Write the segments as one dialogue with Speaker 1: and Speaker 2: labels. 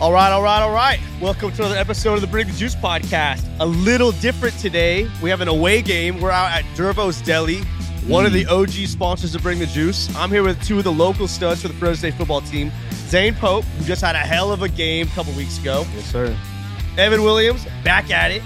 Speaker 1: All right, all right, all right. Welcome to another episode of the Bring the Juice podcast. A little different today. We have an away game. We're out at Dervo's Deli, one of the OG sponsors of Bring the Juice. I'm here with two of the local studs for the Fresno State football team. Zane Pope, who just had a hell of a game a couple weeks ago.
Speaker 2: Yes, sir.
Speaker 1: Evan Williams, back at it.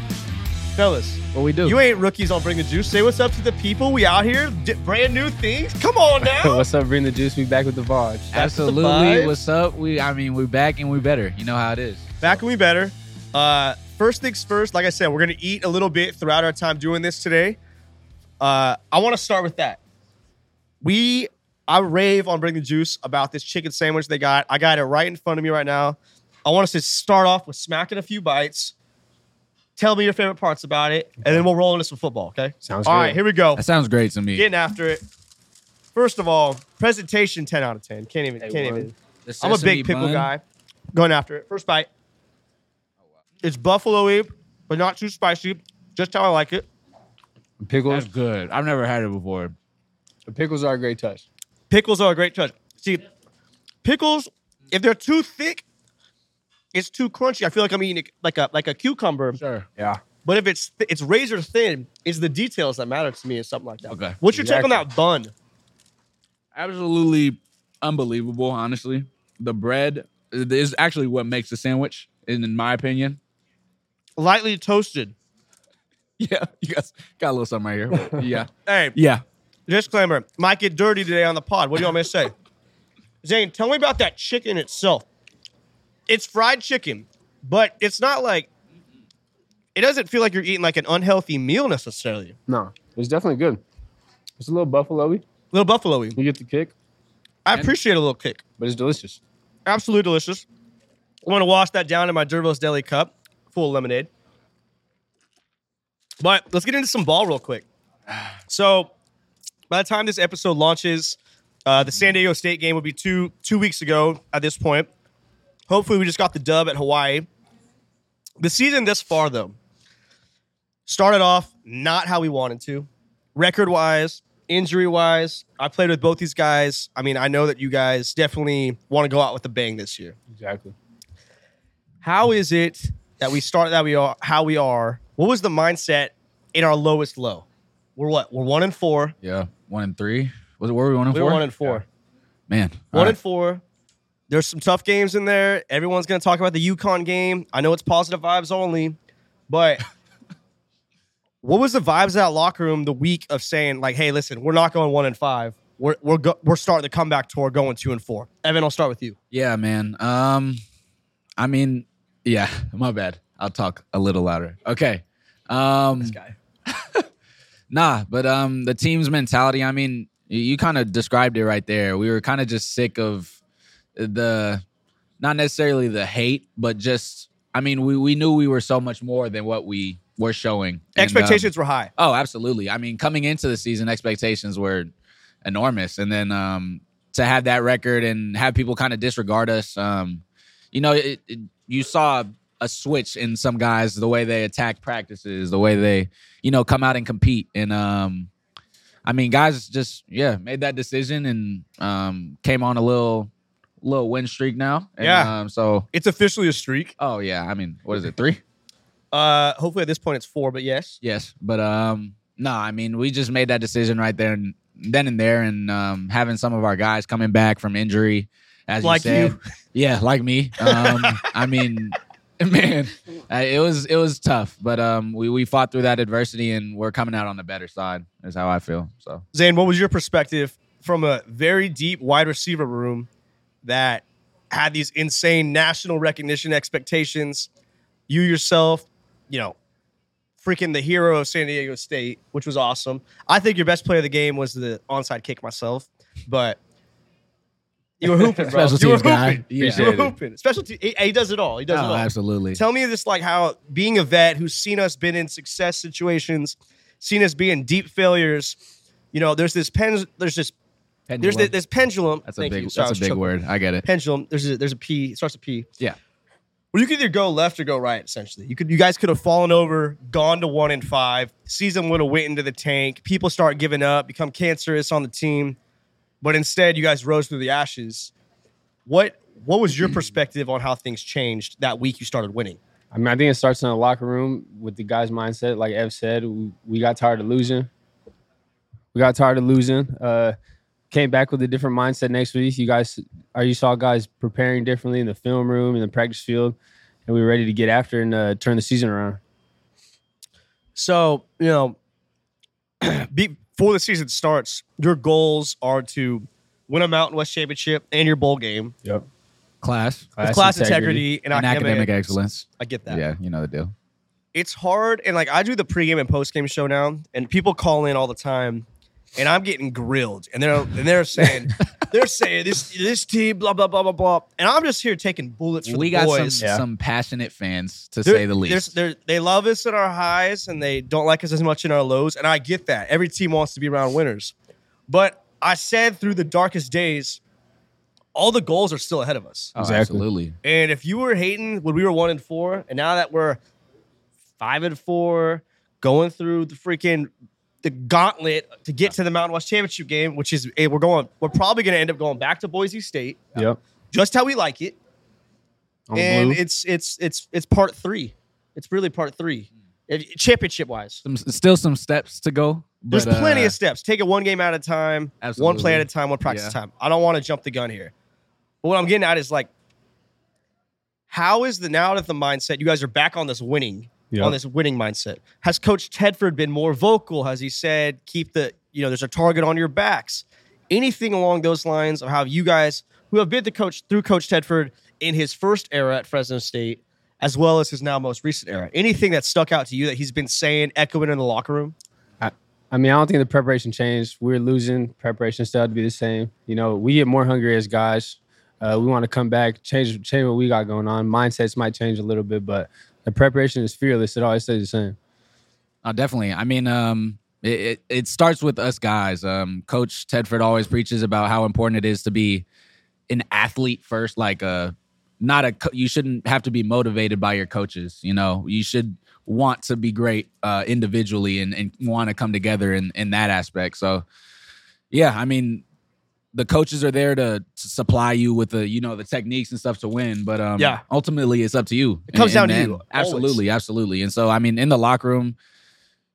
Speaker 1: Fellas,
Speaker 2: What we do?
Speaker 1: you ain't rookies on Bring the Juice. Say what's up to the people. We out here, d- brand new things. Come on now.
Speaker 2: What's up? Bring the juice. We back with the vibes.
Speaker 1: That's the
Speaker 2: Absolutely.
Speaker 1: vibes.
Speaker 2: What's up? We. I mean, we're back and we're better. You know how it is.
Speaker 1: back and we better. Uh, first things first, like I said, we're gonna eat a little bit throughout our time doing this today. Uh, I want to start with that. We, I rave on Bring the Juice about this chicken sandwich they got. I got it right in front of me right now. I want us to start off with smacking a few bites. Tell me your favorite parts about it, and then we'll roll into some football. Okay.
Speaker 3: Sounds
Speaker 1: All
Speaker 3: good.
Speaker 1: right, here we go.
Speaker 2: That sounds great to me.
Speaker 1: Getting after it. First of all, presentation ten out of ten. Can't even. Can't
Speaker 2: one.
Speaker 1: even.
Speaker 2: The
Speaker 1: I'm a
Speaker 2: sesame
Speaker 1: big pickle
Speaker 2: bun.
Speaker 1: guy. Going after it. First bite. It's buffalo-y, but not too spicy. Just how I like it.
Speaker 3: Pickles,
Speaker 2: That's good. I've never had it before.
Speaker 3: pickles are a great touch.
Speaker 1: Pickles are a great touch. See, pickles, if they're too thick, it's too crunchy. I feel like I'm eating a- like a like a cucumber.
Speaker 2: Sure.
Speaker 3: Yeah.
Speaker 1: But if it's th- it's razor thin, it's the details that matter to me, or something like that.
Speaker 2: Okay.
Speaker 1: What's your take on
Speaker 3: Exactly.
Speaker 1: that bun?
Speaker 2: Absolutely unbelievable. Honestly, the bread is actually what makes the sandwich, in, in my opinion.
Speaker 1: Lightly toasted.
Speaker 2: Yeah. You guys got a little something right here. yeah.
Speaker 1: Hey,
Speaker 2: Yeah.
Speaker 1: disclaimer: might get dirty today on the pod. What do you want me to say? Zane, tell me about that chicken itself. It's fried chicken, but it's not like it doesn't feel like you're eating like an unhealthy meal necessarily. A
Speaker 3: No, it's definitely good. It's a little buffalo-y.
Speaker 1: little buffalo-y.
Speaker 3: You get the kick,
Speaker 1: I appreciate a little kick.
Speaker 3: but it's delicious.
Speaker 1: Absolutely delicious. I want to wash that down in my Durvo's Deli cup, full of lemonade. But let's get into some ball real quick. So, by the time this episode launches, uh, the San Diego State game would be two two weeks ago at this point. Hopefully, we just got the dub at Hawaii. The season this far, though, started off not how we wanted to, record wise, injury wise. I played with both these guys. I mean, I know that you guys definitely want to go out with a bang this year.
Speaker 3: Exactly.
Speaker 1: How is it that we start that we are how we are? What was the mindset in our lowest low? We're what? We're one and four.
Speaker 2: Yeah. One and three. Was it where we one and
Speaker 1: We
Speaker 2: four?
Speaker 1: were one and four.
Speaker 2: Man.
Speaker 1: One
Speaker 2: All
Speaker 1: and four. There's some tough games in there. Everyone's going to talk about the Yukon game. I know it's positive vibes only, but what was the vibes of that locker room the week of saying like, "Hey, listen, we're not going one and five. We're we're go- we're starting the comeback tour, going two and four. Evan, I'll start with you.
Speaker 2: Yeah, man. Um, I mean, yeah, my bad. I'll talk a little louder. Okay. Um,
Speaker 1: guy.
Speaker 2: nah, but um, the team's mentality. I mean, you, you kind of described it right there. We were kind of just sick of the, not necessarily the hate, but just. I mean, we we knew we were so much more than what we were showing. And, um,
Speaker 1: Expectations were high.
Speaker 2: Oh, absolutely. I mean, coming into the season, expectations were enormous, and then um, to have that record and have people kind of disregard us, um, you know, it, it, you saw a switch in some guys, the way they attack practices, the way they, you know, come out and compete, and um, I mean, guys just yeah made that decision and um, came on a little little win streak now. And,
Speaker 1: Yeah.
Speaker 2: Um, so.
Speaker 1: It's officially a streak.
Speaker 2: Oh yeah, I mean, what is it? 3?
Speaker 1: Uh, hopefully at this point it's four, but yes.
Speaker 2: Yes, but um, no, I mean we just made that decision right there and then and there, and um, having some of our guys coming back from injury, as
Speaker 1: Like
Speaker 2: you said,
Speaker 1: you.
Speaker 2: yeah, like me. Um, I mean, man, I- it was it was tough, but um, we we fought through that adversity and we're coming out on the better side. Is how I feel. So
Speaker 1: Zane, what was your perspective from a very deep wide receiver room that had these insane national recognition expectations? You yourself, you know, freaking the hero of San Diego State, which was awesome. I think your best play of the game was the onside kick myself, but you were hooping, bro.
Speaker 2: Special
Speaker 1: you were
Speaker 2: teams guy. Oh,
Speaker 1: hooping. You
Speaker 2: Appreciate
Speaker 1: were
Speaker 3: it.
Speaker 1: hooping. Special te- he, he does it all. He does it all.
Speaker 2: absolutely.
Speaker 1: Tell me this, like how being a vet who's seen us been in success situations, seen us be in deep failures. You know, there's this pen, there's this, there's this, this pendulum.
Speaker 2: that's a
Speaker 1: Thank
Speaker 2: big
Speaker 1: you. Sorry, I was
Speaker 2: that's a big
Speaker 1: choking.
Speaker 2: word. I get it.
Speaker 1: Pendulum. There's a, there's a P. It starts with P.
Speaker 2: Yeah.
Speaker 1: Well, you could either go left or go right. Essentially, you could you guys could have fallen over, gone to one and five. Season would have went into the tank. People start giving up, become cancerous on the team, but instead you guys rose through the ashes. What What was your perspective on how things changed that week you started winning?
Speaker 3: I mean, I think it starts in the locker room with the guys' mindset. Like Ev said, we, we got tired of losing. We got tired of losing. Uh, came back with a different mindset next week. You guys, or you saw guys preparing differently in the film room, in the practice field, and we were ready to get after and uh, turn the season around.
Speaker 1: So, you know, be, before the season starts, your goals are to win a Mountain West Championship and your bowl game.
Speaker 3: Yep.
Speaker 2: Class
Speaker 1: With class integrity, and,
Speaker 2: and
Speaker 1: academic,
Speaker 2: academic excellence.
Speaker 1: I get that.
Speaker 2: Yeah, you know the deal.
Speaker 1: It's hard. And like I do the pregame and postgame show now, and people call in all the time. And I'm getting grilled, and they're and they're saying they're saying this this team blah blah blah blah blah, and I'm just here taking bullets for
Speaker 2: We
Speaker 1: the
Speaker 2: got some,
Speaker 1: boys.
Speaker 3: Yeah.
Speaker 2: some passionate fans to
Speaker 1: They're-
Speaker 2: say the
Speaker 1: they're-
Speaker 2: least.
Speaker 1: they're- they love us in our highs and they don't like us as much in our lows. And I get that. Every team wants to be around winners. But I said through the darkest days, all the goals are still ahead of us.
Speaker 2: Oh,
Speaker 3: Exactly.
Speaker 2: Absolutely.
Speaker 1: And if you were hating when we were one and four, and now that we're five and four, going through the freaking the gauntlet to get to the Mountain West Championship game, which is eh, we're going, we're probably going to end up going back to Boise State,
Speaker 3: Yep.
Speaker 1: just how we like it
Speaker 3: On
Speaker 1: and
Speaker 3: blue.
Speaker 1: it's it's it's it's part three. It's really part three,
Speaker 3: Hmm.
Speaker 1: championship wise.
Speaker 2: Some, still some steps to go.
Speaker 1: There's
Speaker 2: but,
Speaker 1: plenty
Speaker 2: uh,
Speaker 1: of steps. Take it one game at a time, one
Speaker 2: Absolutely.
Speaker 1: play at a time, one practice
Speaker 2: Yeah.
Speaker 1: time. I don't want to jump the gun here. But what I'm getting at is like, how is the now that the mindset you guys are back on this winning
Speaker 3: Yeah.
Speaker 1: on this winning mindset? Has Coach Tedford been more vocal? Has he said keep the you know there's a target on your backs? Anything along those lines of how you guys who have been the coach through Coach Tedford in his first era at Fresno State, as well as his now most recent era. Anything that stuck out to you that he's been saying, echoing in the locker room?
Speaker 3: I mean, I don't think the preparation changed. We're losing. Preparation still had to be the same. You know, we get more hungry as guys. Uh, we want to come back, change change what we got going on. Mindsets might change a little bit, but the preparation is fearless. It always stays the same.
Speaker 2: Oh, definitely. I mean, um, it, it, it starts with us guys. Um, Coach Tedford always preaches about how important it is to be an athlete first. Like, uh, not a co- you shouldn't have to be motivated by your coaches. You know, you should want to be great uh, individually and, and want to come together in in that aspect. So, yeah, I mean, the coaches are there to, to supply you with the you know the techniques and stuff to win, but um,
Speaker 1: Yeah.
Speaker 2: ultimately it's up to you.
Speaker 1: It comes down
Speaker 2: And-
Speaker 1: to
Speaker 2: and-
Speaker 1: you,
Speaker 2: Absolutely, absolutely. And so, I mean, in the locker room,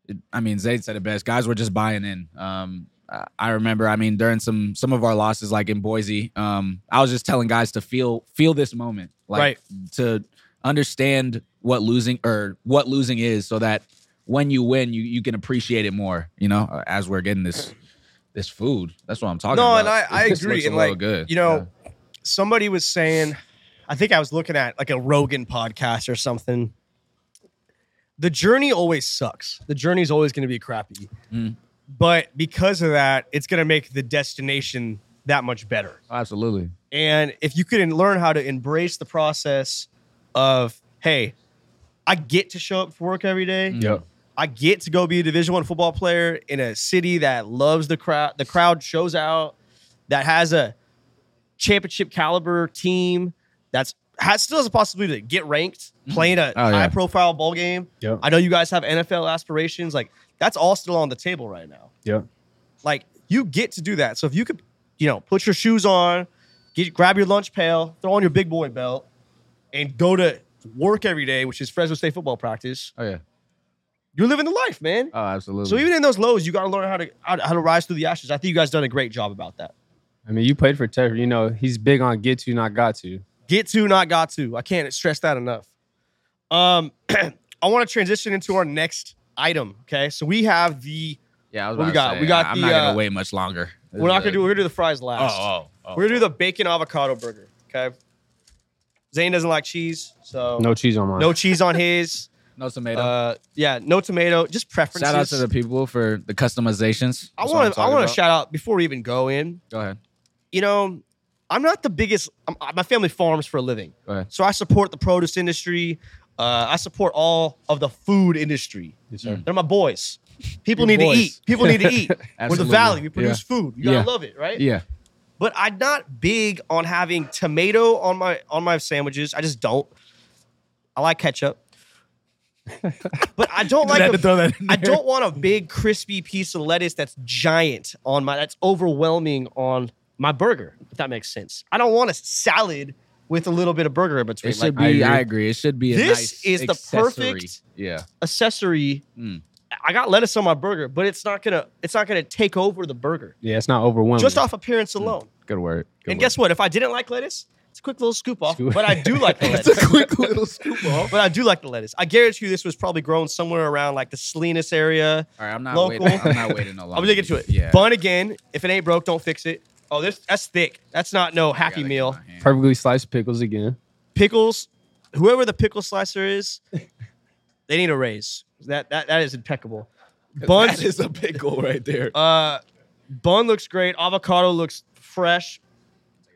Speaker 2: it- I mean, Zayd said it best. Guys were just buying in. Um, I- I remember, I mean, during some some of our losses, like in Boise, um, I was just telling guys to feel feel this moment, like
Speaker 1: Right.
Speaker 2: to understand what losing or what losing is, so that when you win, you you can appreciate it more. You know, uh, as we're getting this this food, that's what I'm talking
Speaker 1: No,
Speaker 2: about.
Speaker 1: and I, I
Speaker 2: This
Speaker 1: agree.
Speaker 2: looks a
Speaker 1: And
Speaker 2: little
Speaker 1: like, you know, somebody was saying, I think I was looking at like a Rogan podcast or something. The journey always sucks. The journey is always going to be crappy.
Speaker 2: Mm.
Speaker 1: But because of that, it's going to make the destination that much better.
Speaker 2: Yeah. Oh, absolutely.
Speaker 1: And if you can learn how to embrace the process of, hey, I get to show up for work every day.
Speaker 3: Yep.
Speaker 1: I get to go be a Division One football player in a city that loves the crowd. The crowd shows out, that has a championship caliber team that's has still has a possibility to get ranked, playing a
Speaker 2: Oh, yeah.
Speaker 1: high profile ball game.
Speaker 3: Yep.
Speaker 1: I know you guys have NFL aspirations. Like that's all still on the table right now.
Speaker 3: Yep.
Speaker 1: Like you get to do that. So if you could, you know, put your shoes on, get grab your lunch pail, throw on your big boy belt, and go to work every day, which is Fresno State football practice.
Speaker 2: Oh yeah.
Speaker 1: You're living the life, man.
Speaker 2: Oh, absolutely.
Speaker 1: So even in those lows, you got to learn how to how to- how to rise through the ashes. I think you guys done a great job about that.
Speaker 3: I mean, you played for Tedford. You know, he's big on get to, not got to.
Speaker 1: Get to, not got to. I can't stress that enough. Um, I want to transition into our next item. Okay, so we have the
Speaker 2: yeah, I was
Speaker 1: what we
Speaker 2: about to
Speaker 1: got?
Speaker 2: say,
Speaker 1: We got
Speaker 2: I- I'm
Speaker 1: the,
Speaker 2: not gonna
Speaker 1: uh,
Speaker 2: wait much longer.
Speaker 1: we're not gonna do
Speaker 2: Uh,
Speaker 1: we're gonna do the fries last.
Speaker 2: Oh, oh, oh.
Speaker 1: We're gonna do the bacon avocado burger. Okay, Zane doesn't like cheese, so
Speaker 3: No cheese on mine.
Speaker 1: no cheese on his.
Speaker 2: no tomato.
Speaker 1: Uh, yeah, no tomato. Just preferences.
Speaker 2: Shout out to the people for the customizations.
Speaker 1: I want to
Speaker 2: That's what I'm
Speaker 1: I
Speaker 2: talking
Speaker 1: want
Speaker 2: about.
Speaker 1: to shout out before we even go in.
Speaker 2: Go ahead.
Speaker 1: You know, I'm not the biggest. I'm, my family farms for a living.
Speaker 2: Go ahead.
Speaker 1: So I support the produce industry. Uh, I support all of the food industry.
Speaker 3: Yes, sir.
Speaker 1: They're my boys. People
Speaker 2: Your
Speaker 1: need
Speaker 2: boys.
Speaker 1: to eat. People need to eat. We're the
Speaker 2: Absolutely.
Speaker 1: valley. We produce food. You gotta
Speaker 2: Yeah.
Speaker 1: love it, right?
Speaker 2: Yeah.
Speaker 1: But I'm not big on having tomato on my on my sandwiches. I just don't. I like ketchup. but I don't like a- I don't want a big crispy piece of lettuce that's giant on my that's overwhelming on my burger, if that makes sense. I don't want a salad with a little bit of burger in between.
Speaker 2: It should
Speaker 1: Like,
Speaker 3: I
Speaker 2: be.
Speaker 3: agree.
Speaker 2: I agree. It should be. A
Speaker 1: This
Speaker 2: nice
Speaker 1: is the
Speaker 2: accessory.
Speaker 1: perfect-
Speaker 2: Yeah.
Speaker 1: accessory.
Speaker 2: Mm.
Speaker 1: I got lettuce on my burger, but it's not gonna it's not gonna take over the burger
Speaker 3: Yeah, it's not overwhelming.
Speaker 1: just off appearance alone.
Speaker 2: Good word. Good
Speaker 1: and
Speaker 2: word.
Speaker 1: guess what? If I didn't like lettuce, it's a quick little scoop off.
Speaker 3: Scoop.
Speaker 1: But I do like the
Speaker 2: It's a
Speaker 1: lettuce.
Speaker 2: quick little scoop off.
Speaker 1: but I do like the lettuce. I guarantee you, this was probably grown somewhere around like the Salinas area.
Speaker 2: All right, I'm not
Speaker 1: Local.
Speaker 2: waiting. I'm not waiting no longer.
Speaker 1: I'm gonna get to it.
Speaker 2: Yeah.
Speaker 1: Bun again. If it ain't broke, don't fix it. Oh, this that's thick. That's not no
Speaker 2: I gotta
Speaker 1: happy
Speaker 2: get
Speaker 1: meal.
Speaker 2: my hand.
Speaker 3: perfectly sliced pickles again.
Speaker 1: Pickles. Whoever the pickle slicer is, they need a raise. That that, that is impeccable. Buns
Speaker 2: That is a pickle right there.
Speaker 1: Uh, bun looks great. Avocado looks fresh.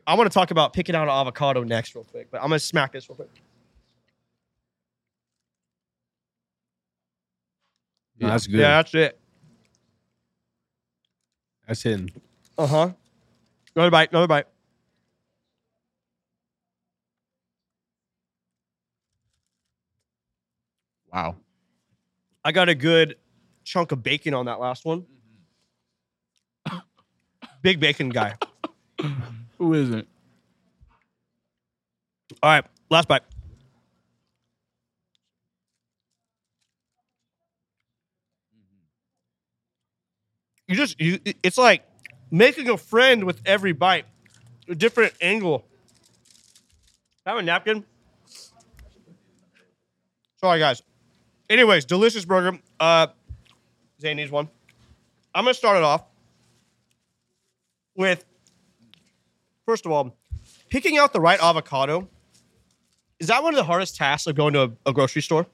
Speaker 1: I want to talk about picking out an avocado next, real quick, but I'm gonna smack this real quick.
Speaker 3: No,
Speaker 2: Yeah.
Speaker 3: that's good.
Speaker 1: Yeah, that's it.
Speaker 3: That's hidden.
Speaker 1: Uh huh. Another bite. Another bite.
Speaker 2: Wow.
Speaker 1: I got a good chunk of bacon on that last one. Big bacon guy.
Speaker 2: Who isn't?
Speaker 1: All right, last bite. You just you. It's like making a friend with every bite, a different angle. Have a napkin. Sorry, guys. Anyways, delicious burger. Uh, Zane needs one. I'm gonna start it off with. First of all, picking out the right avocado is that one of the hardest tasks of going to a, a grocery store?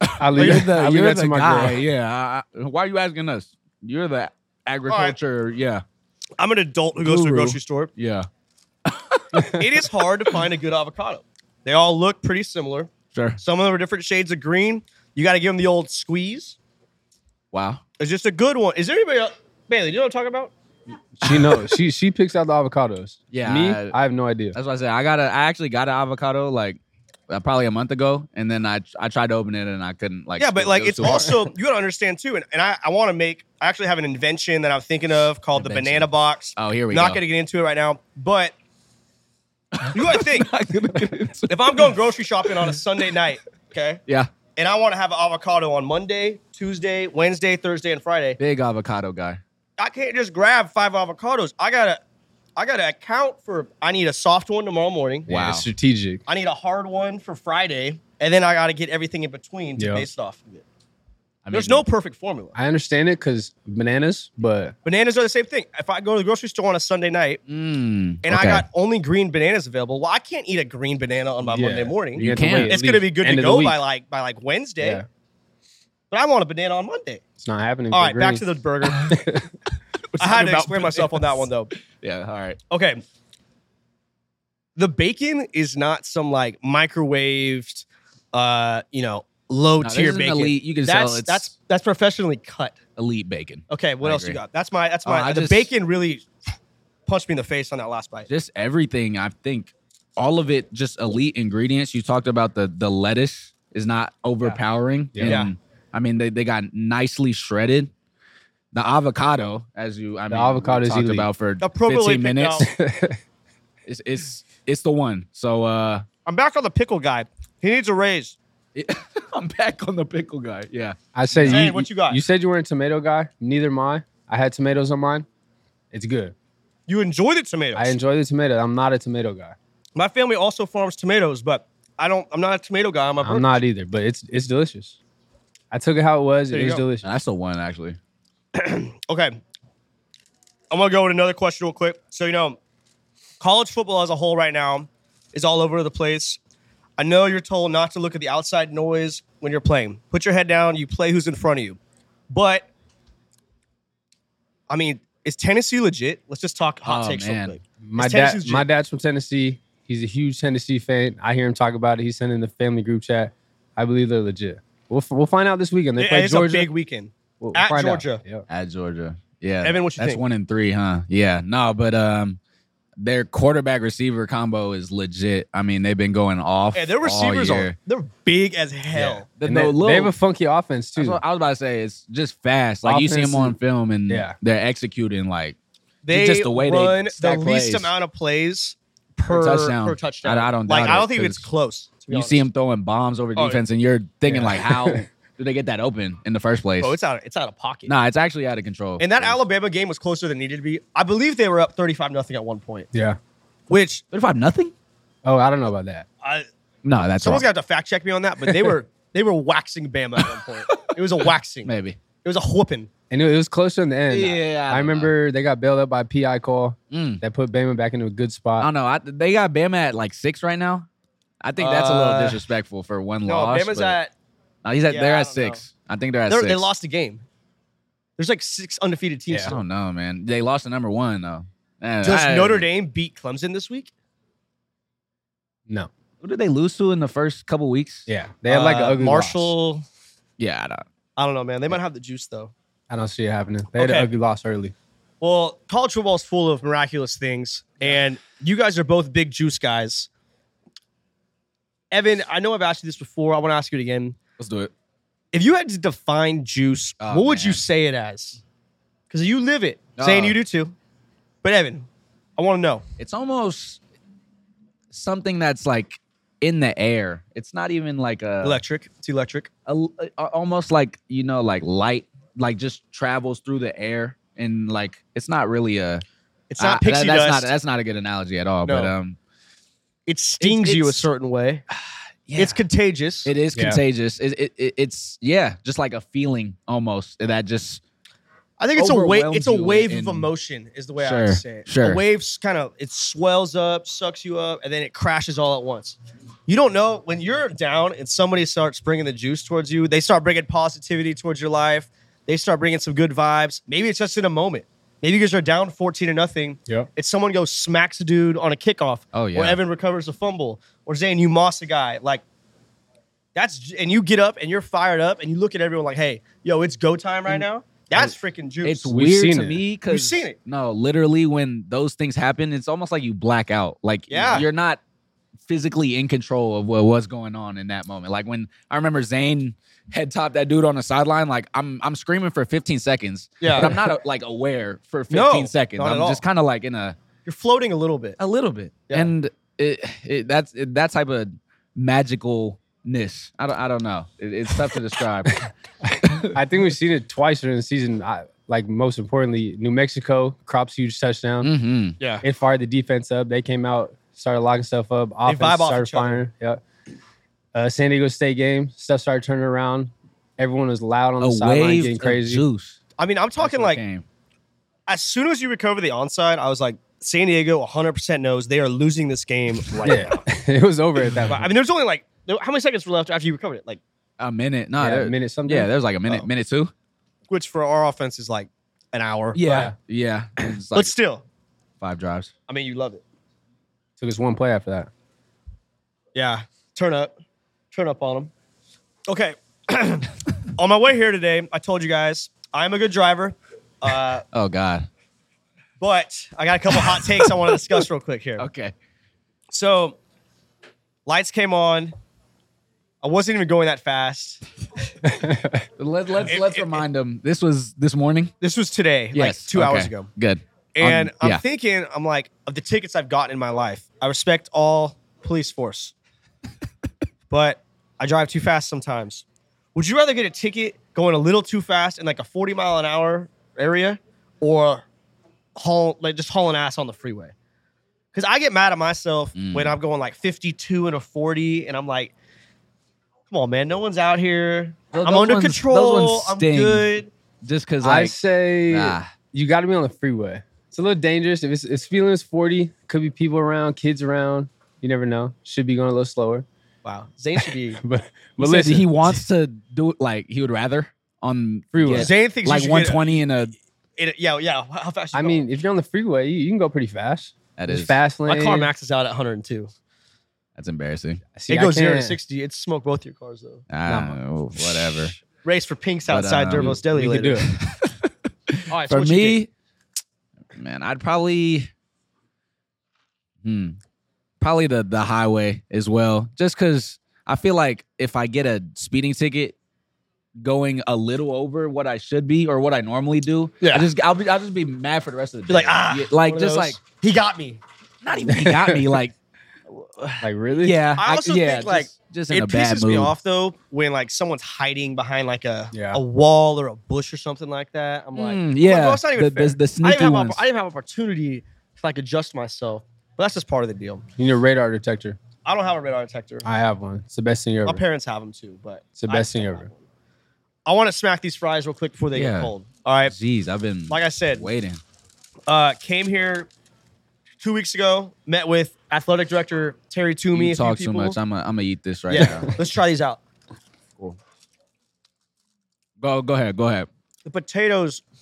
Speaker 3: I leave,
Speaker 2: You're
Speaker 3: I
Speaker 2: the,
Speaker 3: leave
Speaker 2: you're
Speaker 3: that to
Speaker 2: the
Speaker 3: my
Speaker 2: guy.
Speaker 3: girl.
Speaker 2: Yeah. I- I- why are you asking us? You're the agriculture. Yeah.
Speaker 1: I'm an adult who goes to a
Speaker 2: Guru.
Speaker 1: grocery store.
Speaker 2: Yeah.
Speaker 1: It is hard to find a good avocado. They all look pretty similar.
Speaker 2: Sure.
Speaker 1: Some of them are different shades of green. You got to give them the old squeeze.
Speaker 2: Wow.
Speaker 1: It's just a good one. Is there anybody else? Bailey, do you know what I'm talking about?
Speaker 3: She knows. She she picks out the avocados.
Speaker 2: Yeah,
Speaker 3: Me,
Speaker 2: I-
Speaker 3: I, have no idea.
Speaker 2: That's what I said. I got a. I actually got an avocado like uh, probably a month ago, and then I I tried to open it and I couldn't like.
Speaker 1: yeah, but
Speaker 2: scoop it.
Speaker 1: like
Speaker 2: It was
Speaker 1: it's
Speaker 2: too hard.
Speaker 1: also, you got to understand too. And, and I, I want to make, I actually have an invention that I'm thinking of called the
Speaker 2: Invention.
Speaker 1: banana box.
Speaker 2: Oh, here we
Speaker 1: Not
Speaker 2: go.
Speaker 1: going to get into it right now, but you got to think
Speaker 2: Not gonna get into it.
Speaker 1: if I'm going grocery shopping on a Sunday night, okay?
Speaker 2: yeah,
Speaker 1: and I want to have an avocado on Monday, Tuesday, Wednesday, Thursday, and Friday.
Speaker 2: big avocado guy.
Speaker 1: I can't just grab five avocados. I gotta, I gotta account for. I need a soft one tomorrow morning.
Speaker 2: Yeah. Wow.
Speaker 3: It's strategic.
Speaker 1: I need a hard one for Friday, and then I gotta get everything in between to
Speaker 3: Yeah.
Speaker 1: based off. Of it.
Speaker 2: I
Speaker 1: There's
Speaker 2: mean,
Speaker 1: no perfect formula.
Speaker 3: I understand it because bananas, but
Speaker 1: Bananas are the same thing. If I go to the grocery store on a Sunday night
Speaker 2: Mm,
Speaker 1: and I
Speaker 2: okay.
Speaker 1: got only green bananas available, well, I can't eat a green banana on my
Speaker 3: Yeah.
Speaker 1: Monday morning.
Speaker 2: You
Speaker 3: have to
Speaker 2: can't.
Speaker 3: wait at
Speaker 1: It's gonna
Speaker 3: least
Speaker 1: be good
Speaker 3: end
Speaker 1: to
Speaker 3: of the
Speaker 1: go
Speaker 3: week.
Speaker 1: by like by like Wednesday,
Speaker 3: Yeah,
Speaker 1: but I want a banana on Monday.
Speaker 3: it's not happening.
Speaker 1: All
Speaker 3: for
Speaker 1: right, back
Speaker 3: green.
Speaker 1: to the burger. I had to
Speaker 2: about
Speaker 1: explain myself on that one though.
Speaker 2: yeah. All right.
Speaker 1: Okay. The bacon is not some like microwaved, uh, you know, low
Speaker 2: No, this
Speaker 1: tier
Speaker 2: is an
Speaker 1: bacon.
Speaker 2: elite- you can tell
Speaker 1: that's,
Speaker 2: it's-
Speaker 1: that's that's professionally cut.
Speaker 2: Elite bacon.
Speaker 1: Okay, what
Speaker 2: I
Speaker 1: else you
Speaker 2: agree.
Speaker 1: got? That's my that's
Speaker 2: Oh,
Speaker 1: my
Speaker 2: I
Speaker 1: the
Speaker 2: just-
Speaker 1: bacon really punched me in the face on that last bite.
Speaker 2: Just everything. I think all of it. Just elite ingredients. You talked about the the lettuce is not overpowering.
Speaker 3: Yeah.
Speaker 2: And,
Speaker 1: Yeah.
Speaker 2: I mean, they they got nicely shredded. The avocado, as you, I
Speaker 3: The
Speaker 2: mean,
Speaker 3: avocado
Speaker 2: we
Speaker 3: is
Speaker 2: talked
Speaker 3: elite.
Speaker 2: about for
Speaker 1: The provolone
Speaker 2: 15
Speaker 1: picked
Speaker 2: minutes.
Speaker 1: out-
Speaker 2: it's it's it's the one. So uh
Speaker 1: I'm back on the pickle guy. He needs a raise.
Speaker 2: I'm back on the pickle guy. Yeah.
Speaker 3: I said,
Speaker 1: Zane,
Speaker 3: you,
Speaker 1: what you got?
Speaker 3: You said you weren't a tomato guy. Neither am I. I had tomatoes on mine. It's good.
Speaker 1: You enjoy the tomatoes.
Speaker 3: I enjoy the tomato. I'm not a tomato guy.
Speaker 1: my family also farms tomatoes, but I don't. I'm not a tomato guy. I'm a
Speaker 3: I'm not either, but it's it's delicious. I took it how it was.
Speaker 1: There
Speaker 3: It
Speaker 1: you
Speaker 3: is
Speaker 1: go.
Speaker 3: delicious.
Speaker 2: That's the one actually.
Speaker 1: Okay. I'm gonna go with another question real quick. So you know, college football as a whole right now is all over the place. I know you're told not to look at the outside noise when you're playing. Put your head down. You play who's in front of you. But I mean, is Tennessee legit? Let's just talk hot
Speaker 2: Oh,
Speaker 1: takes
Speaker 2: man.
Speaker 1: real quick.
Speaker 3: My
Speaker 1: It's
Speaker 3: dad,
Speaker 1: Tennessee's
Speaker 3: my
Speaker 1: ju-
Speaker 3: dad's from Tennessee. He's a huge Tennessee fan. I hear him talk about it. He's sending the family group chat. I believe they're legit. We'll, f- we'll find out this weekend. They
Speaker 1: It-
Speaker 3: play
Speaker 1: it's
Speaker 3: Georgia.
Speaker 1: a big weekend.
Speaker 3: We'll- we'll
Speaker 1: at
Speaker 3: find out.
Speaker 1: Georgia.
Speaker 3: Yep.
Speaker 2: At Georgia. Yeah.
Speaker 1: Evan, what you
Speaker 2: That's
Speaker 1: think?
Speaker 2: one in three, huh? Yeah. No, but um their quarterback receiver combo is legit. I mean, they've been going off.
Speaker 1: Yeah,
Speaker 3: Oh,
Speaker 1: their receivers
Speaker 2: all
Speaker 1: are
Speaker 2: year.
Speaker 1: they're big as hell.
Speaker 2: The,
Speaker 3: And
Speaker 2: the
Speaker 3: they,
Speaker 2: little-
Speaker 3: they have a funky offense
Speaker 2: that's
Speaker 3: too.
Speaker 2: what I was about to say. It's just fast. Like you see them
Speaker 3: Offensive-
Speaker 2: on film and
Speaker 3: Yeah.
Speaker 2: they're executing like
Speaker 1: They
Speaker 2: Just the way they
Speaker 1: run the
Speaker 2: stack
Speaker 1: least
Speaker 2: plays.
Speaker 1: amount of plays per,
Speaker 2: touchdown.
Speaker 1: Per touchdown.
Speaker 2: I- I don't
Speaker 1: like.
Speaker 2: doubt
Speaker 1: I
Speaker 2: it,
Speaker 1: don't think
Speaker 2: 'cause
Speaker 1: it's close. To be
Speaker 2: You
Speaker 1: honest.
Speaker 2: see him throwing bombs over
Speaker 1: Oh,
Speaker 2: defense, and you're thinking
Speaker 1: yeah.
Speaker 2: like, how do they get that open in the first place?
Speaker 1: Oh, it's out. It's out of pocket.
Speaker 2: nah, it's actually out of control.
Speaker 1: And that Alabama game was closer than it needed to be. I believe they were up thirty-five nothing at one point,
Speaker 3: Yeah.
Speaker 1: which
Speaker 2: thirty-five nothing.
Speaker 3: Oh, I don't know about that.
Speaker 1: I,
Speaker 2: No, that's all.
Speaker 1: someone's got to fact check me on that. But they were they were waxing Bama at one point. It was a waxing. It
Speaker 2: maybe.
Speaker 1: was a whooping.
Speaker 3: And it, it was closer in the end.
Speaker 2: Yeah, I
Speaker 3: I,
Speaker 2: don't
Speaker 3: remember they got bailed up by PI call
Speaker 1: Uh,
Speaker 2: Mm.
Speaker 3: that put Bama back into a good
Speaker 2: I
Speaker 3: spot.
Speaker 2: don't know. I, they got Bama at like six right now. I think that's a
Speaker 1: Uh,
Speaker 2: little disrespectful for one
Speaker 1: No,
Speaker 2: loss.
Speaker 1: Bama's
Speaker 2: but-
Speaker 1: at
Speaker 2: No, he's at.
Speaker 1: yeah,
Speaker 2: they're
Speaker 1: I
Speaker 2: at
Speaker 1: don't know.
Speaker 2: six. I think they're at
Speaker 1: they're-
Speaker 2: six.
Speaker 1: they lost a game. There's like six undefeated teams.
Speaker 3: Yeah.
Speaker 2: I
Speaker 1: still.
Speaker 2: don't know, man. They lost to number one though. Oh, Man,
Speaker 1: Does
Speaker 2: I-
Speaker 1: Notre Dame beat Clemson this week?
Speaker 3: No.
Speaker 2: Who did they lose to in the first couple weeks?
Speaker 3: Yeah. They had like an
Speaker 1: Uh,
Speaker 3: ugly loss.
Speaker 1: Marshall.
Speaker 2: Yeah, I don't.
Speaker 1: I don't know, man. They might have the juice though.
Speaker 3: I don't see it happening. They had
Speaker 1: Okay.
Speaker 3: an ugly loss early.
Speaker 1: Well, college football is full of miraculous things, and you guys are both big juice guys. Evan, I know I've asked you this before. I want to ask you it again.
Speaker 2: Let's do it.
Speaker 1: If you had to define juice,
Speaker 2: Oh,
Speaker 1: what would you
Speaker 2: man.
Speaker 1: say it as? Because you live it, saying
Speaker 2: Oh.
Speaker 1: you do too. But Evan, I want to know.
Speaker 2: It's almost something that's like in the air. It's not even like a
Speaker 1: Electric. It's electric.
Speaker 2: a, a- almost like you know like light like just travels through the air and like it's not really a
Speaker 1: It's not
Speaker 2: I- uh, that-
Speaker 1: pixie
Speaker 2: that's
Speaker 1: dust.
Speaker 2: not that's not a good analogy at all
Speaker 1: No.
Speaker 2: but um
Speaker 1: it stings you a
Speaker 2: it's-
Speaker 1: certain way.
Speaker 2: yeah,
Speaker 1: It's contagious.
Speaker 2: it is
Speaker 3: Yeah.
Speaker 2: contagious it, it, it it's yeah just like a feeling almost that just
Speaker 1: I think it's a wave.
Speaker 2: overwhelms
Speaker 1: It's a
Speaker 2: you
Speaker 1: wave of
Speaker 2: in-
Speaker 1: emotion, is the way I would
Speaker 2: Sure,
Speaker 1: say it.
Speaker 2: sure.
Speaker 1: A wave's kind of it swells up, sucks you up, and then it crashes all at once. You don't know when you're down and somebody starts bringing the juice towards you. They start bringing positivity towards your life. They start bringing some good vibes. Maybe it's just in a moment. Maybe you guys are down fourteen to nothing.
Speaker 3: Yep.
Speaker 1: It's someone goes smacks a dude on a kickoff.
Speaker 2: Oh, yeah.
Speaker 1: Or Evan recovers a fumble. Or Zane, you moss a guy. Like that's j- and you get up and you're fired up and you look at everyone like, hey, yo, it's go time right now. That's freaking juice.
Speaker 2: it's
Speaker 3: We've
Speaker 2: weird
Speaker 3: seen
Speaker 2: to
Speaker 3: it.
Speaker 2: me because
Speaker 1: We've seen it.
Speaker 2: no literally when those things happen it's almost like you black out like
Speaker 1: Yeah.
Speaker 2: you're not physically in control of what was going on in that moment like when i remember Zayn head topped that dude on the sideline like i'm i'm screaming for 15 seconds
Speaker 1: Yeah.
Speaker 2: but i'm not uh, like aware for 15
Speaker 1: No,
Speaker 2: seconds
Speaker 1: not at
Speaker 2: i'm
Speaker 1: all.
Speaker 2: just kind of like in a
Speaker 1: You're floating a little bit.
Speaker 2: a little bit
Speaker 1: Yeah.
Speaker 2: and it, it that's it, that type of magicalness i don't i don't know It- it's tough to describe
Speaker 3: I think we've seen it twice during the season. I, like most importantly, New Mexico crops huge touchdown.
Speaker 1: Mm.
Speaker 2: Mhm.
Speaker 1: Yeah.
Speaker 3: It fired the defense up. They came out, started locking stuff up. Offense
Speaker 1: vibe off
Speaker 3: started
Speaker 1: each other.
Speaker 3: firing. Yep. Uh, San Diego State game, stuff started turning around. Everyone was loud on the
Speaker 2: a
Speaker 3: sideline, getting
Speaker 2: wave
Speaker 3: crazy.
Speaker 2: of juice
Speaker 1: I mean, I'm
Speaker 2: That's
Speaker 1: talking
Speaker 2: what
Speaker 1: like
Speaker 2: came.
Speaker 1: as soon as you recover the onside, I was like, San Diego 100% knows they are losing this game right
Speaker 3: Yeah,
Speaker 1: now.
Speaker 3: it was over at that
Speaker 1: But, I
Speaker 3: point.
Speaker 1: mean, there's only like, there- how many seconds were left after you recovered it? Like,
Speaker 2: a minute no
Speaker 3: Yeah,
Speaker 2: there-
Speaker 3: a minute something.
Speaker 2: Yeah, there was like a minute,
Speaker 1: Oh.
Speaker 2: minute two.
Speaker 1: which for our offense is like an hour.
Speaker 3: Oh, Yeah.
Speaker 2: yeah. It's
Speaker 1: But,
Speaker 2: like
Speaker 1: but still,
Speaker 2: five drives.
Speaker 1: I mean, you love it.
Speaker 3: Took us one play after that.
Speaker 1: Yeah. Turn up. Turn up on them. Okay. on my way here today, I told you guys I'm a good driver, uh,
Speaker 2: Oh God.
Speaker 1: but I got a couple hot takes I want to discuss real quick here.
Speaker 2: Okay.
Speaker 1: So, lights came on. I wasn't even going that fast.
Speaker 2: Let, let's
Speaker 1: It-
Speaker 2: let's
Speaker 1: it-
Speaker 2: remind them. This was this morning.
Speaker 1: This was today,
Speaker 2: Yes.
Speaker 1: like two hours
Speaker 2: Okay.
Speaker 1: ago.
Speaker 2: Good.
Speaker 1: And
Speaker 2: Um,
Speaker 1: I'm
Speaker 2: yeah.
Speaker 1: thinking, I'm like, of the tickets I've gotten in my life, I respect all police force, but I drive too fast sometimes. Would you rather get a ticket going a little too fast in like a 40 mile an hour area, or haul like just hauling ass on the freeway? Because I get mad at myself
Speaker 2: Mm.
Speaker 1: when I'm going like 52 and a 40, and I'm like, come on, man, no one's out here.
Speaker 2: Tho-
Speaker 1: I'm
Speaker 2: those
Speaker 1: under
Speaker 2: ones- those
Speaker 1: control.
Speaker 2: ones
Speaker 1: I'm
Speaker 2: sting.
Speaker 1: good.
Speaker 2: just because
Speaker 3: I
Speaker 2: like
Speaker 3: say
Speaker 2: nah.
Speaker 3: you got to be on the freeway. It's a little dangerous. If it's, it's feeling it's 40, could be people around, kids around. You never know. Should be going a little slower.
Speaker 1: Wow, Zane should be.
Speaker 3: But,
Speaker 2: he,
Speaker 3: but
Speaker 2: said
Speaker 3: listen,
Speaker 2: he wants to do it like he would rather on
Speaker 3: Freeway.
Speaker 2: yeah,
Speaker 1: Zane thinks
Speaker 2: like
Speaker 1: you should get-
Speaker 2: 120 in a
Speaker 1: It, yeah, yeah. How fast? you
Speaker 3: I
Speaker 1: go?
Speaker 3: mean, if you're on the freeway, you, you can go pretty fast.
Speaker 2: that
Speaker 3: There's
Speaker 2: is
Speaker 3: fast lane.
Speaker 1: my car maxes out at 102.
Speaker 2: that's embarrassing.
Speaker 3: See,
Speaker 1: it
Speaker 3: I
Speaker 1: goes zero to
Speaker 3: can't-
Speaker 1: 60. It smoke both your cars though.
Speaker 2: Ah, oh, whatever.
Speaker 1: Race for pinks
Speaker 2: But,
Speaker 1: outside
Speaker 2: um,
Speaker 1: Durbo's Deli
Speaker 3: You could
Speaker 1: later.
Speaker 3: do it.
Speaker 1: All right, so
Speaker 2: For
Speaker 1: what you think?
Speaker 2: me, man, I'd probably, hmm, probably the the highway as well. Just because I feel like if I get a speeding ticket going a little over what I should be or what I normally do,
Speaker 1: Yeah.
Speaker 2: I just I'll be I'll just be mad for the rest of the day.
Speaker 1: you're like ah,
Speaker 2: Yeah, like
Speaker 1: one of
Speaker 2: just
Speaker 1: those.
Speaker 2: like
Speaker 1: he got me.
Speaker 2: Not even he got me. Like,
Speaker 3: Like really?
Speaker 2: yeah,
Speaker 1: I also
Speaker 2: yeah,
Speaker 1: think, like,
Speaker 2: just, just in a
Speaker 1: It
Speaker 2: bad
Speaker 1: pisses me
Speaker 2: mood.
Speaker 1: off though when like someone's hiding behind like a
Speaker 3: Yeah.
Speaker 1: a wall or a bush or something like that. I'm like,
Speaker 2: Mm,
Speaker 1: well,
Speaker 2: yeah,
Speaker 1: no, it's not even
Speaker 2: the,
Speaker 1: fair.
Speaker 2: the, the
Speaker 1: I
Speaker 2: sneaky
Speaker 1: didn't, have,
Speaker 2: ones.
Speaker 1: opp- I didn't have opportunity to like adjust myself, but that's just part of the deal.
Speaker 3: You need a radar detector.
Speaker 1: I don't have a radar detector.
Speaker 3: I have one. It's the best thing
Speaker 1: My
Speaker 3: ever.
Speaker 1: parents have them too, but
Speaker 3: It's the
Speaker 1: I
Speaker 3: best
Speaker 1: just
Speaker 3: thing
Speaker 1: don't have
Speaker 3: ever.
Speaker 1: one. I want to smack these fries real quick before they
Speaker 2: Yeah.
Speaker 1: get cold. All right,
Speaker 2: Jeez, I've been
Speaker 1: like I said,
Speaker 2: waiting.
Speaker 1: uh, came here two weeks ago, met with athletic director Terry Toomey.
Speaker 2: You
Speaker 1: a few
Speaker 2: talk too
Speaker 1: people.
Speaker 2: much. I'm gonna I'm eat this right
Speaker 1: yeah,
Speaker 2: now.
Speaker 1: let's try these out.
Speaker 2: Cool. Go go ahead. Go ahead.
Speaker 1: The potatoes.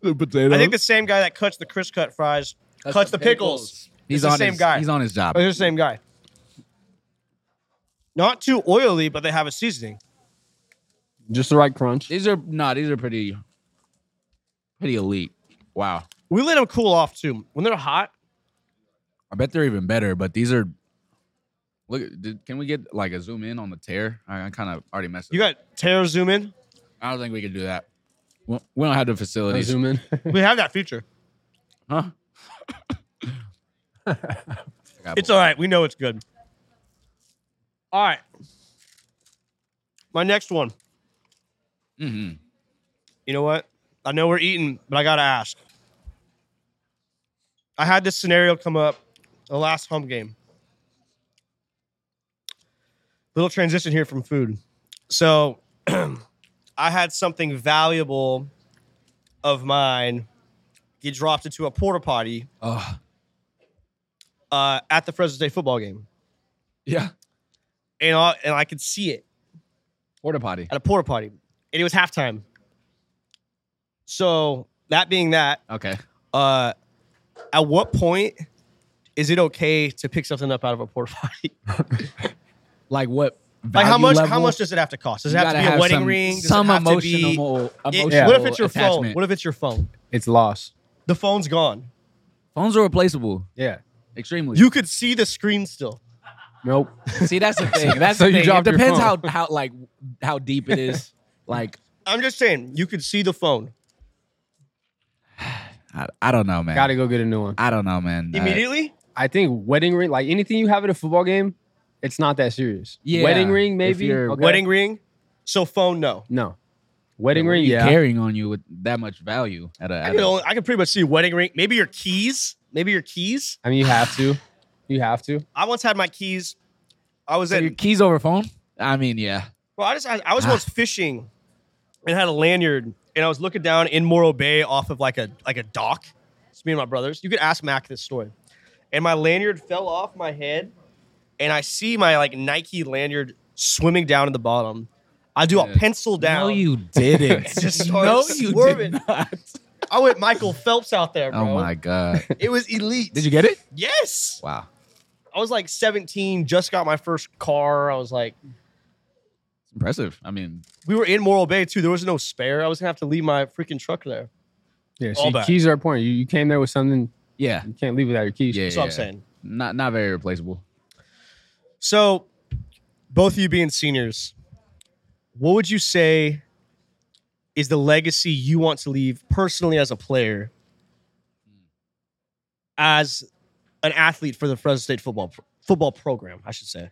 Speaker 2: The potato.
Speaker 1: I think the same guy that cuts the crisp cut fries
Speaker 2: Cuts
Speaker 1: cuts
Speaker 2: the
Speaker 1: the pickles.
Speaker 2: He's
Speaker 1: it's the
Speaker 2: on
Speaker 1: same
Speaker 2: his,
Speaker 1: guy.
Speaker 2: He's on his job.
Speaker 1: Oh, they're the same guy. Not too oily, but they have a seasoning.
Speaker 3: Just the right crunch.
Speaker 2: These are nah. These are pretty, pretty elite. Wow.
Speaker 1: We let them cool off too. When they're hot,
Speaker 2: I bet they're even better. But these are. Look, did, can we get like a zoom in on the tear? I, I kind of already messed. It
Speaker 1: you
Speaker 2: up.
Speaker 1: got tear zoom in.
Speaker 2: I don't think we could do that. We we don't have the
Speaker 3: Wanna
Speaker 2: facilities.
Speaker 3: Zoom in.
Speaker 1: We have that feature.
Speaker 2: Huh? I got
Speaker 1: It's
Speaker 2: both.
Speaker 1: all right. We know it's good. All right. My next one.
Speaker 2: Mhm.
Speaker 1: You know what? I know we're eating, but I gotta ask. I had this scenario come up the last home game. Little transition here from food. So I had something valuable of mine get dropped into a porta potty
Speaker 2: Oh,
Speaker 1: uh, at the Fresno State football game.
Speaker 2: yeah.
Speaker 1: And I, and I could see it
Speaker 2: Porta potty.
Speaker 1: at a porta potty. And it was halftime. So that being that,
Speaker 2: Okay.
Speaker 1: uh, at what point is it okay to pick something up out of a porta potty?
Speaker 2: Like what?
Speaker 1: like how
Speaker 2: value
Speaker 1: much? How
Speaker 2: level?
Speaker 1: much does it have to cost? Does it
Speaker 2: You
Speaker 1: have to
Speaker 2: gotta
Speaker 1: be a
Speaker 2: have
Speaker 1: wedding
Speaker 2: some-
Speaker 1: ring? Does
Speaker 2: some
Speaker 1: it have to
Speaker 2: emotional,
Speaker 1: be- It-
Speaker 2: emotional.
Speaker 1: what if it's your phone?
Speaker 2: attachment.
Speaker 1: What if it's your phone?
Speaker 3: It's lost.
Speaker 1: The phone's gone.
Speaker 2: Phones are replaceable.
Speaker 3: Yeah.
Speaker 2: Extremely.
Speaker 1: You could see the screen still.
Speaker 3: Nope.
Speaker 2: See, that's the thing. That's
Speaker 3: So
Speaker 2: the
Speaker 3: you
Speaker 2: thing.
Speaker 3: dropped
Speaker 2: it
Speaker 3: your
Speaker 2: depends how
Speaker 3: phone.
Speaker 2: how like how deep it is. Like
Speaker 1: I'm just saying, you could see the phone
Speaker 2: I, I don't know, man.
Speaker 3: Gotta go get a new one.
Speaker 2: I don't know, man. Uh,
Speaker 1: immediately.
Speaker 3: I think wedding ring, like anything you have at a football game, it's not that serious.
Speaker 2: Yeah,
Speaker 3: Wedding ring,
Speaker 2: if
Speaker 3: maybe.
Speaker 2: you're-
Speaker 3: Okay.
Speaker 1: Wedding ring. So phone, no.
Speaker 3: No. Wedding
Speaker 2: what are
Speaker 3: ring,
Speaker 2: you
Speaker 3: yeah.
Speaker 2: carrying on you with that much value at a.
Speaker 1: I
Speaker 2: At
Speaker 1: can,
Speaker 2: a
Speaker 1: only, I can pretty much see wedding ring. Maybe your keys. Maybe your keys.
Speaker 3: I mean, you have to. You have to.
Speaker 1: I once had my keys. I was
Speaker 2: so
Speaker 1: at
Speaker 2: your keys over phone? I mean, yeah.
Speaker 1: Well, I just I, I was
Speaker 2: Ah.
Speaker 1: once fishing and had a lanyard and I was looking down in Morro Bay off of like a like a dock. It's me and my brothers. You could ask Mac this story. And my lanyard fell off my head and I see my like Nike lanyard swimming down in the bottom. I do
Speaker 2: Yeah.
Speaker 1: a pencil down.
Speaker 2: No, you didn't.
Speaker 1: It just started
Speaker 2: no, you
Speaker 1: swerving.
Speaker 2: did not.
Speaker 1: I went Michael Phelps out there, bro.
Speaker 2: Oh my god!
Speaker 1: It was elite.
Speaker 2: Did you get it?
Speaker 1: Yes.
Speaker 2: Wow.
Speaker 1: I was like 17, just got my first car. I was like,
Speaker 2: It's impressive. I mean,
Speaker 1: we were in Morro Bay too. There was no spare. I was gonna have to leave my freaking truck there.
Speaker 3: Yeah.
Speaker 1: All
Speaker 3: So your
Speaker 1: back.
Speaker 3: keys are important. You, you came there with something.
Speaker 2: yeah,
Speaker 3: You can't leave without your keys.
Speaker 2: yeah.
Speaker 1: That's what I'm
Speaker 2: yeah.
Speaker 1: saying.
Speaker 2: Not not very replaceable.
Speaker 1: So, both of you being seniors, what would you say is the legacy you want to leave personally as a player, as an athlete for the Fresno State football football program? I should say.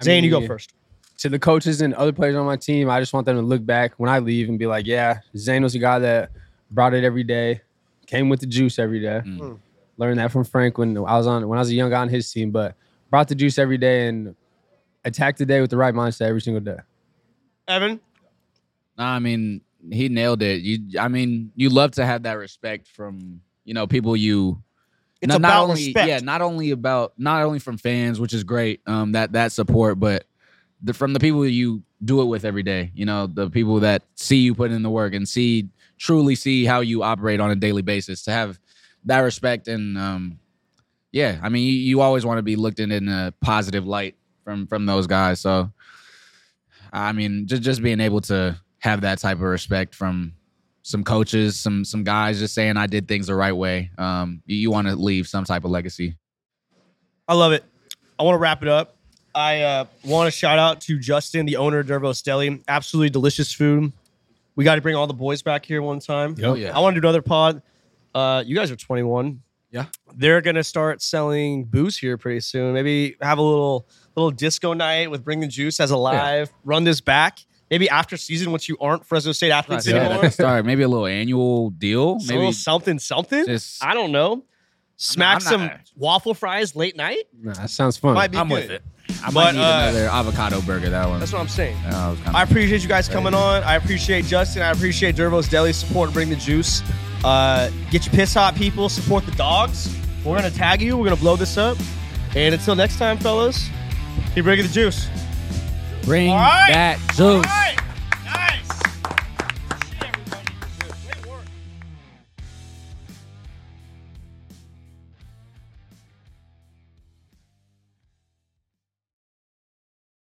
Speaker 3: I
Speaker 1: Zane, you go
Speaker 3: mean,
Speaker 1: first.
Speaker 3: To the coaches and other players on my team, I just want them to look back when I leave and be like, yeah, Zane was the guy that brought it every day, came with the juice every day.
Speaker 2: Mm.
Speaker 1: Mm.
Speaker 3: Learned that from Frank when I was on when I was a young guy on his team, but brought the juice every day and attacked the day with the right mindset every single day.
Speaker 1: Evan,
Speaker 2: No, I mean he nailed it. You, I mean, you love to have that respect from you know people you.
Speaker 1: it's
Speaker 2: not,
Speaker 1: about
Speaker 2: not only,
Speaker 1: respect.
Speaker 2: Yeah, not only about not only from fans, which is great, um, that that support, but the, from the people you do it with every day. You know, the people that see you put in the work and see truly see how you operate on a daily basis. To have that respect and um, yeah, I mean, you, you always want to be looked in in a positive light from from those guys. So, I mean, just just being able to have that type of respect from some coaches, some some guys, just saying I did things the right way. Um, you, you want to leave some type of legacy.
Speaker 1: I love it. I want to wrap it up. I uh, want to shout out to Justin, the owner of Dervo's Deli. Absolutely delicious food. We got to bring all the boys back here one time.
Speaker 3: Yep.
Speaker 2: Oh, yeah.
Speaker 1: I want to do another pod. Uh, you guys are 21.
Speaker 2: Yeah.
Speaker 1: They're gonna start selling booze here pretty soon. Maybe have a little little disco night with Bring the Juice as a live. Run this back. Maybe after season, once you aren't Fresno State athletes
Speaker 3: Yeah.
Speaker 1: anymore,
Speaker 2: Start, start maybe a little annual deal.
Speaker 1: it's a
Speaker 2: Maybe
Speaker 1: little something, something.
Speaker 2: just
Speaker 1: I don't know. Smack
Speaker 2: I'm not-
Speaker 1: some waffle fries late night.
Speaker 3: Nah, that sounds fun.
Speaker 1: Might be
Speaker 2: I'm
Speaker 1: good.
Speaker 2: with it. I
Speaker 1: But,
Speaker 2: might need
Speaker 1: uh,
Speaker 2: another avocado burger. That one.
Speaker 1: That's what I'm saying.
Speaker 2: That was kinda-
Speaker 1: I appreciate you guys coming on. I appreciate Justin. I appreciate Dervo's Deli support. Bring the juice. Uh, get your piss hot, people. Support the dogs. We're gonna tag you. We're gonna blow this up. And until next time, fellas, keep bringing the juice.
Speaker 2: Bring
Speaker 1: All right.
Speaker 2: that juice.
Speaker 1: All right.